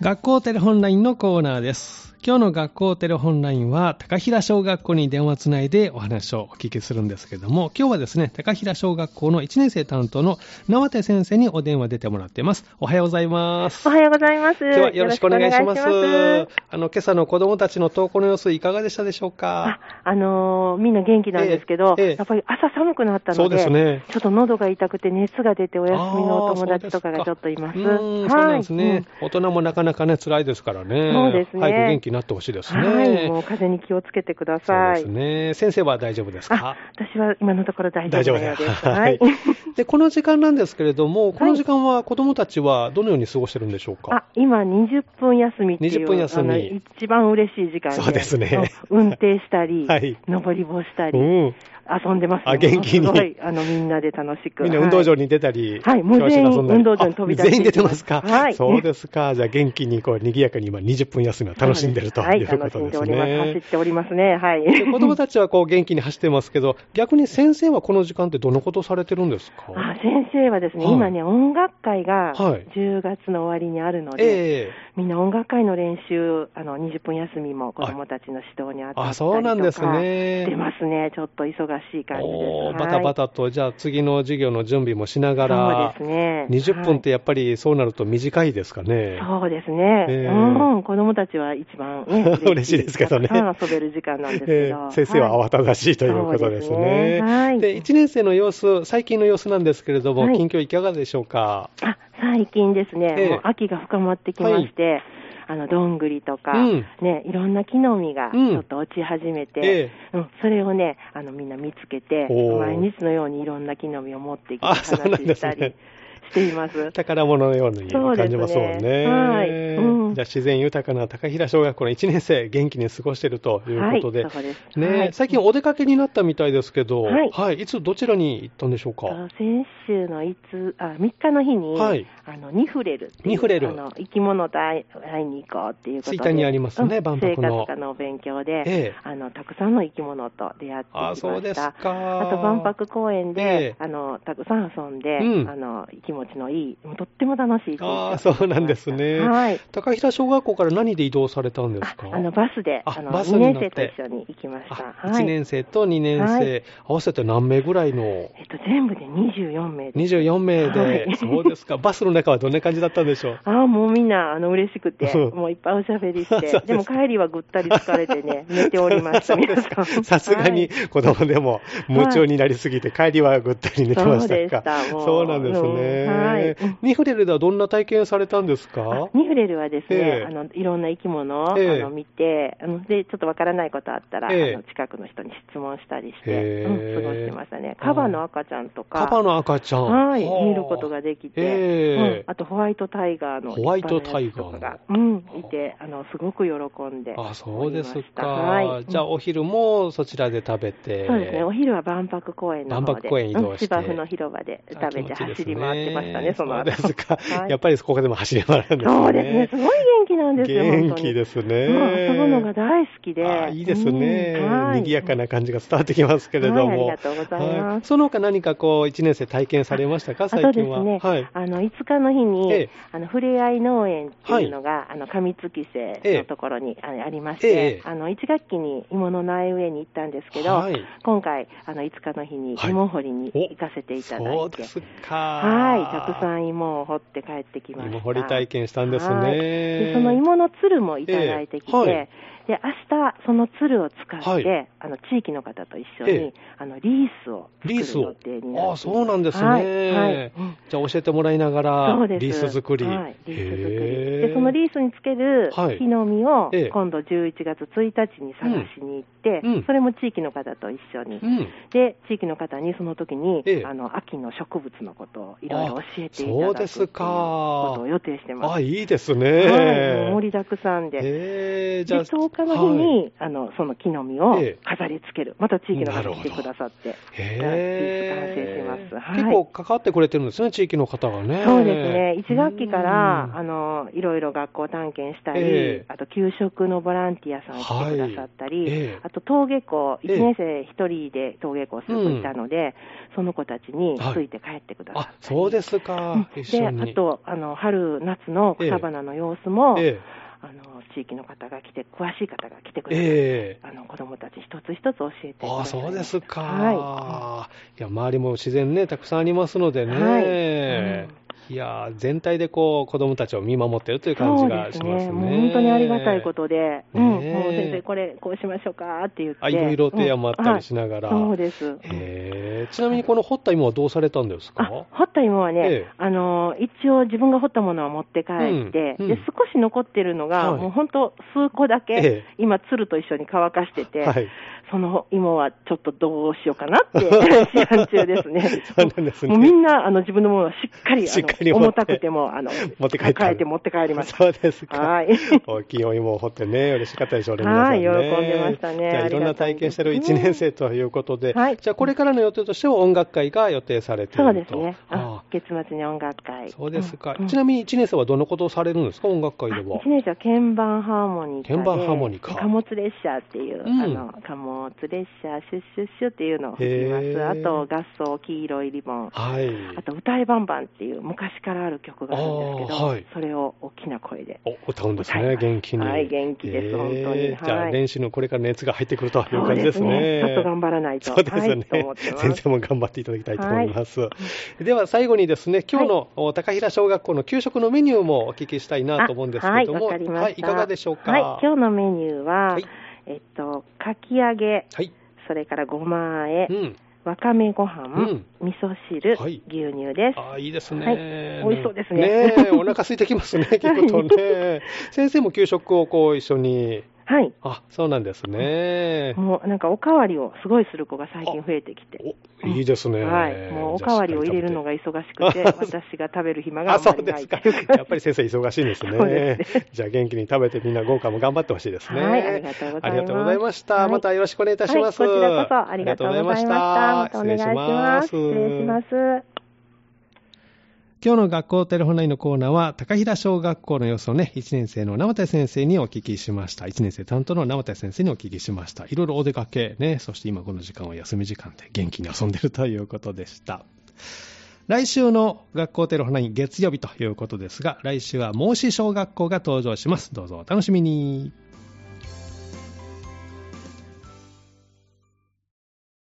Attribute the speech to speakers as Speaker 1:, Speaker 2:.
Speaker 1: 学校テレホンラインのコーナーです。今日の学校テレホンラインは、高平小学校に電話つないでお話をお聞きするんですけども、今日はですね、高平小学校の1年生担当の縄手先生にお電話出てもらっています。おはようございます。
Speaker 2: おはようございます。
Speaker 1: 今日はよろしくお願いします。
Speaker 2: よろしくお願いします
Speaker 1: あの、今朝の子供たちの登校の様子いかがでしたでしょう
Speaker 2: あ
Speaker 1: か、
Speaker 2: あのーみんな元気なんですけど、
Speaker 1: ええええ
Speaker 2: やっぱり朝寒くなった
Speaker 1: そう
Speaker 2: ので、
Speaker 1: ですね。
Speaker 2: ちょっと喉が痛くて熱が出てお
Speaker 1: お
Speaker 2: 休みのお友達とかがちょっといます。
Speaker 1: うーん、そうなんですね、大人もなかなかね、辛いですからね。
Speaker 2: そうですね
Speaker 1: 早く元気になってほしいです
Speaker 2: うんはい、
Speaker 1: ね。
Speaker 2: もう風邪に気をつけてくだ
Speaker 1: そう
Speaker 2: さ
Speaker 1: で
Speaker 2: い。
Speaker 1: すね。先生は大丈夫です
Speaker 2: あ
Speaker 1: か、
Speaker 2: 私は今のところ大丈夫なようです。
Speaker 1: 大丈夫で で、この時間なんですけれども、この時間は子供たちはどのように過ごしてるんでしょうか、
Speaker 2: あ、今20分休みっていう、
Speaker 1: 20分休み
Speaker 2: あの一番嬉しい時間
Speaker 1: そうですね
Speaker 2: 運転した り、
Speaker 1: はい
Speaker 2: 登り棒したり、
Speaker 1: うん。
Speaker 2: 遊んでますよ
Speaker 1: あ元気に
Speaker 2: すごい、あの、みんなで楽しく。
Speaker 1: みんな運動場に出たり、
Speaker 2: はいもう
Speaker 1: 教室で遊んだり
Speaker 2: 全員運動場に飛び出
Speaker 1: あ
Speaker 2: して
Speaker 1: 全員出てますか、
Speaker 2: はい
Speaker 1: そうですか。じゃあ元気に、こう、賑やかに今20分休みを楽しんでると
Speaker 2: はいい、
Speaker 1: うことです
Speaker 2: 楽しんでおります。
Speaker 1: ね
Speaker 2: 走っ。ておりますね。はい。
Speaker 1: で子供たちはこう元気に走ってますけど、逆に先生はこの時間ってどのことされてるんですか
Speaker 2: あ先生はですね、
Speaker 1: はい
Speaker 2: 今ね、音楽会が
Speaker 1: はい
Speaker 2: 10月の終わりにあるので、
Speaker 1: ええ
Speaker 2: みんな音楽会の練習、あの20分休みも子供たちの指導にあったりとか、
Speaker 1: あ、そうなんですね。
Speaker 2: 出ますね、ちょっと忙しい感じです。
Speaker 1: お
Speaker 2: はい
Speaker 1: ーバタバタと、じゃあ次の授業の準備もしながら、
Speaker 2: そうですね。
Speaker 1: 20分ってやっぱりそうなると短いですかね。
Speaker 2: はいそうですね、
Speaker 1: ええ
Speaker 2: うん、子供たちは一番、ね、
Speaker 1: 嬉しいですけどね
Speaker 2: たくさん遊べる時間なんですけ
Speaker 1: え
Speaker 2: ど、
Speaker 1: ー先生は
Speaker 2: は
Speaker 1: 慌
Speaker 2: い
Speaker 1: ただしいということですね。
Speaker 2: そうですねはい
Speaker 1: で1年生の様子、最近の様子なんですけれども、
Speaker 2: はい
Speaker 1: 近況いかがでしょうか。
Speaker 2: あ最近ですね、
Speaker 1: ええ
Speaker 2: もう秋が深まってきまして、あのどんぐりとか、
Speaker 1: うん
Speaker 2: ね、いろんな木の実が
Speaker 1: うん
Speaker 2: ちょっと落ち始めて、
Speaker 1: え
Speaker 2: うん、それをね、あのみんな見つけて、
Speaker 1: おー
Speaker 2: 毎日のようにいろんな木の実を持ってきて
Speaker 1: あそ
Speaker 2: 話
Speaker 1: うなんですね
Speaker 2: したりしてい ます。
Speaker 1: 宝物のように
Speaker 2: そう
Speaker 1: 感
Speaker 2: ですね
Speaker 1: じますもんね。
Speaker 2: はいうん
Speaker 1: じゃあ自然豊かな高平小学校の1年生、元気に過ごしているということで。
Speaker 2: はい、そうです。
Speaker 1: ね
Speaker 2: はい
Speaker 1: 最近お出かけになったみたいですけど、
Speaker 2: はい
Speaker 1: いつどちらに行ったんでしょうか、
Speaker 2: あ先週のいつあ3日の日に、
Speaker 1: はい
Speaker 2: あのニフレルっていう
Speaker 1: ニフレル
Speaker 2: あの生き物と会い会いに行こうっていうことで
Speaker 1: 吹田にありますね
Speaker 2: うん
Speaker 1: 万博の
Speaker 2: 生活科のお勉強で、
Speaker 1: ええ
Speaker 2: あのたくさんの生き物と出会ってき
Speaker 1: あ
Speaker 2: ました
Speaker 1: そうですか。
Speaker 2: あと万博公園で、
Speaker 1: ええ
Speaker 2: あのたくさん遊んで、
Speaker 1: うん
Speaker 2: あの気持ちのいい、もうとっても楽しい一日
Speaker 1: あーそうなんですね
Speaker 2: はい。
Speaker 1: 高平小学校から何で移動されたんですか
Speaker 2: ああのバスで、
Speaker 1: あ
Speaker 2: あの
Speaker 1: バス
Speaker 2: 2
Speaker 1: に
Speaker 2: 年
Speaker 1: 乗って
Speaker 2: 生と一緒に行きました。
Speaker 1: あ1年生と2年生、
Speaker 2: はい
Speaker 1: 合わせて何名ぐらいの
Speaker 2: えっと、全部で24名です。
Speaker 1: 24名で、
Speaker 2: はい
Speaker 1: そうですか、バスの中はどんな感じだったんでし ょう。
Speaker 2: ああ、もうみんな、あの、嬉しくて、
Speaker 1: うん
Speaker 2: もういっぱいおしゃべり
Speaker 1: そ
Speaker 2: し
Speaker 1: うで
Speaker 2: て、
Speaker 1: す
Speaker 2: でも帰りはぐったり疲れてね、寝ておりました、
Speaker 1: そうで
Speaker 2: 皆
Speaker 1: す
Speaker 2: さ
Speaker 1: か
Speaker 2: ん。
Speaker 1: さすがに
Speaker 2: はい
Speaker 1: 子供でも夢中になりすぎて、帰りはぐったり寝てまし
Speaker 2: そうで
Speaker 1: たか。
Speaker 2: したもう
Speaker 1: そうなんです
Speaker 2: うんはい
Speaker 1: ね。ニフレルではどんな体験されたんですか
Speaker 2: ニフレルはですね、
Speaker 1: ええ
Speaker 2: あのいろんな生き物を、
Speaker 1: ええ
Speaker 2: あの見てあので、ちょっとわからないことあったら、
Speaker 1: ええ
Speaker 2: あの近くの人に質問したりし
Speaker 1: へ
Speaker 2: て、
Speaker 1: え
Speaker 2: うん、過ごしてましたね、カバの赤ちゃんとか、
Speaker 1: カバの赤ちゃん。
Speaker 2: はい、
Speaker 1: はあ
Speaker 2: 見ることができて、
Speaker 1: ええ
Speaker 2: うんあとホワイトタイガーの
Speaker 1: ホワイトタイガーの
Speaker 2: 一般のやつとかが、うん、いてあの、すごく喜んで
Speaker 1: あ、そうですか。
Speaker 2: はい
Speaker 1: じゃあ、お昼もそちらで食べて。
Speaker 2: そうですね、お昼は万博公園の方で
Speaker 1: 万博公園移動して
Speaker 2: うん芝生の広場で食べて
Speaker 1: あ気持ちい
Speaker 2: 走
Speaker 1: いですね
Speaker 2: り回ってましたね、その後
Speaker 1: そうですか。
Speaker 2: はい
Speaker 1: やっぱりここでも走り回るんですね。
Speaker 2: そうですね、すごい元気なんですよ、
Speaker 1: 元
Speaker 2: 本当
Speaker 1: 気
Speaker 2: に。
Speaker 1: です
Speaker 2: う
Speaker 1: ね。
Speaker 2: ん遊ぶのが大好きで。
Speaker 1: あいいですね。
Speaker 2: うんはい、
Speaker 1: 賑やかな感じが伝わってきますけれども。
Speaker 2: はいありがとうございます
Speaker 1: その他何かこう、1年生体験されましたか、
Speaker 2: あ
Speaker 1: 最
Speaker 2: とで
Speaker 1: 近
Speaker 2: す
Speaker 1: は。
Speaker 2: ね、
Speaker 1: はい。
Speaker 2: あの5日の日に、
Speaker 1: ええ
Speaker 2: あのふれあい農園っていうのが、あの上月
Speaker 1: え
Speaker 2: 生
Speaker 1: え
Speaker 2: のところに、あのありまし
Speaker 1: ええ
Speaker 2: て、あの1学期に芋の苗植えに行ったんですけど、
Speaker 1: はい
Speaker 2: 今回、あの5日の日に
Speaker 1: はい
Speaker 2: 芋掘りに
Speaker 1: お
Speaker 2: 行かせていただ
Speaker 1: そ
Speaker 2: いうて、
Speaker 1: ですか。
Speaker 2: はい、たくさ
Speaker 1: ん。
Speaker 2: ん芋を掘って帰ってきました。
Speaker 1: 芋掘り体験したんですね
Speaker 2: はいでその芋のつるもいただいてきて、
Speaker 1: ええはい
Speaker 2: で明日そのつるを使って、
Speaker 1: はい
Speaker 2: あの地域の方と一緒に、
Speaker 1: ええ
Speaker 2: あのリースを作る
Speaker 1: リース
Speaker 2: 予
Speaker 1: を
Speaker 2: 定になってい。
Speaker 1: あそうなんですね。
Speaker 2: はいはいうん
Speaker 1: じゃあ、教えてもらいなが
Speaker 2: そ
Speaker 1: ら、
Speaker 2: うです
Speaker 1: リース作り。
Speaker 2: はい、リース作
Speaker 1: へ
Speaker 2: り
Speaker 1: ー
Speaker 2: でそのリースにつける
Speaker 1: はい
Speaker 2: 木の実を
Speaker 1: ええ
Speaker 2: 今度11月1日に探しに行って、
Speaker 1: うんうん
Speaker 2: それも地域の方と一緒に、
Speaker 1: うん。
Speaker 2: で地域の方にその時に、
Speaker 1: ええ
Speaker 2: あの秋の植物のことをいろいろ教えて
Speaker 1: あそ
Speaker 2: いた
Speaker 1: うで
Speaker 2: だくってい
Speaker 1: す
Speaker 2: う
Speaker 1: か
Speaker 2: ことを予定してます。
Speaker 1: あ、いいです
Speaker 2: はいもう
Speaker 1: ね。
Speaker 2: 盛りだくさんで、
Speaker 1: えー、
Speaker 2: で
Speaker 1: じゃあ、
Speaker 2: 10日日の日に、
Speaker 1: は
Speaker 2: あのその木の実を
Speaker 1: ええ
Speaker 2: 飾り付ける、また地域の
Speaker 1: なる
Speaker 2: 方
Speaker 1: ほ
Speaker 2: 来
Speaker 1: ど
Speaker 2: てくださって、
Speaker 1: へ
Speaker 2: 完成しますはい
Speaker 1: 結構関わってくれてるんですね、地域の方がね。
Speaker 2: そうですね、1学期か
Speaker 1: うん
Speaker 2: らあのいろいろ学校探検したり、
Speaker 1: ええ
Speaker 2: あと給食のボランティアさん来てくださったり、
Speaker 1: はいええ
Speaker 2: あと登下校、
Speaker 1: ええ
Speaker 2: 1年生1人で登下校する子いたので、その子たちについて帰ってくださった
Speaker 1: あ
Speaker 2: り、
Speaker 1: そうです
Speaker 2: うん
Speaker 1: か、一
Speaker 2: で
Speaker 1: 緒
Speaker 2: あ
Speaker 1: に。
Speaker 2: とあの春、夏の草花の様子も、
Speaker 1: ええ
Speaker 2: あの地域の方が来て、詳しい方が来てくれて、
Speaker 1: ええ
Speaker 2: あの子どもたち一つ一つ教えてくだ
Speaker 1: あ
Speaker 2: さ
Speaker 1: あ、
Speaker 2: い
Speaker 1: そうですか、、
Speaker 2: はい
Speaker 1: や、周りも自然ね、たくさんありますのでね。
Speaker 2: はい
Speaker 1: いやー全体でこう子どもたちを見守ってるとい
Speaker 2: いう
Speaker 1: 感じがしますね。
Speaker 2: もう本当にありがたいことで、うん、もう
Speaker 1: ねえ
Speaker 2: 先生、これ、こうしましょうかって言って、
Speaker 1: あいろいろ提案もあったりし
Speaker 2: な
Speaker 1: ながら、
Speaker 2: そうです。
Speaker 1: へーちなみにこの掘った芋はどうされたんですか
Speaker 2: あ掘った芋はね、
Speaker 1: ええ
Speaker 2: あの一応、自分が掘ったものは持って帰っ
Speaker 1: う
Speaker 2: て、
Speaker 1: んうん
Speaker 2: で少し残ってるのが、
Speaker 1: はい
Speaker 2: もう本当、数個だけ、
Speaker 1: ええ
Speaker 2: 今、つると一緒に乾かしてて、
Speaker 1: はい、
Speaker 2: その芋はちょっとどうしようかなって 試案中ですね。
Speaker 1: そうなんですね
Speaker 2: もうみんなあの自分のものをしっかり
Speaker 1: しっかり
Speaker 2: あ
Speaker 1: 持
Speaker 2: の
Speaker 1: って
Speaker 2: 重たくてもあの
Speaker 1: 持って帰った
Speaker 2: 抱えて持って帰りました。
Speaker 1: そうですか。
Speaker 2: はい
Speaker 1: 大きいお芋を掘ってね、嬉しかったでしょうね、
Speaker 2: はい
Speaker 1: 皆さんね
Speaker 2: 喜んでましたね
Speaker 1: じゃあ、いろんな体験してる1年生ということで、
Speaker 2: うんはい
Speaker 1: じゃあ、これからの予定としては音楽会が予定されていると。
Speaker 2: そうですね。あ
Speaker 1: あ
Speaker 2: 月末に音楽会。
Speaker 1: そうですか、
Speaker 2: うん
Speaker 1: ちなみに1年生はどんなことをされるんですか、音楽会で
Speaker 2: あ
Speaker 1: は
Speaker 2: 一。年生は鍵盤ハーモニカで
Speaker 1: 鍵盤ハーモニカ
Speaker 2: 貨物列車っていう、
Speaker 1: うん
Speaker 2: あの貨物列車シュッシュッシュっていうのを吹きま
Speaker 1: へ
Speaker 2: す。
Speaker 1: ー
Speaker 2: あと合奏黄色いリボン。
Speaker 1: はい。
Speaker 2: あと歌いバンバンっていう昔からある曲があるんですけ
Speaker 1: あ
Speaker 2: ど、
Speaker 1: ーはい
Speaker 2: それを大きな声で
Speaker 1: お歌うんです
Speaker 2: 歌い
Speaker 1: ね、
Speaker 2: ます
Speaker 1: 元気に。
Speaker 2: はい元気です本当に
Speaker 1: じゃあ、
Speaker 2: はい
Speaker 1: 練習のこれから熱が入ってくるとい
Speaker 2: そう
Speaker 1: 感じですね。
Speaker 2: ちょっと頑張らないと。
Speaker 1: そうです
Speaker 2: はい、
Speaker 1: ね
Speaker 2: と思って。ます。
Speaker 1: 先生も頑張っていただきたいと思います。では最後にですね、今日のお高平小学校の給食のメニューもお聞きしたいなと思うんですけれども、
Speaker 2: あはい、わかりました。
Speaker 1: はいいかがでしょうか。
Speaker 2: はい、今日のメニューは、
Speaker 1: はい
Speaker 2: えっと、かき揚げ、
Speaker 1: はい
Speaker 2: それからごまあえ
Speaker 1: う、ん。
Speaker 2: わかめご飯、
Speaker 1: うん
Speaker 2: 味噌汁、
Speaker 1: はい
Speaker 2: 牛乳です。
Speaker 1: あいいですね、
Speaker 2: はい美味しそうですね
Speaker 1: えお腹空いてき ますね、聞くとね。先生も給食をこう一緒に。
Speaker 2: はい。
Speaker 1: あ、そうなんですね。
Speaker 2: もうなんかおかわりをすごいする子が最近増えてきて。
Speaker 1: お、いいですね。
Speaker 2: はい。もうおかわりを入れるのが忙しくて、
Speaker 1: じゃあしっかり食べて
Speaker 2: 私が食べる暇があ
Speaker 1: あ、
Speaker 2: んま
Speaker 1: そう
Speaker 2: り
Speaker 1: で
Speaker 2: ない
Speaker 1: す
Speaker 2: ってい
Speaker 1: か
Speaker 2: う。感じ
Speaker 1: やっぱり先生忙しいんです
Speaker 2: そう
Speaker 1: ね
Speaker 2: です。
Speaker 1: じゃあ元気に食べてみんな豪華も頑張ってほしいですね。
Speaker 2: はいありがとうございます
Speaker 1: ありがとうございました。
Speaker 2: はい
Speaker 1: またよろしくお願いいたします。
Speaker 2: はい、こちらこそありがとうございました。
Speaker 1: あ
Speaker 2: ま
Speaker 1: りが
Speaker 2: たお
Speaker 1: とうご
Speaker 2: 願い
Speaker 1: ざ
Speaker 2: し
Speaker 1: いました
Speaker 2: ます。
Speaker 1: 失
Speaker 2: 失
Speaker 1: 礼
Speaker 2: 礼
Speaker 1: し
Speaker 2: し
Speaker 1: ま。
Speaker 2: ますす。
Speaker 1: 今日の学校テレホンラインのコーナーは、高平小学校の様子をね、1年生の生田先生にお聞きしました。1年生担当の生田先生にお聞きしました。いろいろお出かけね、そして今この時間は休み時間で元気に遊んでるということでした。来週の学校テレホンライン月曜日ということですが、来週は孟子小学校が登場します。どうぞお楽しみに。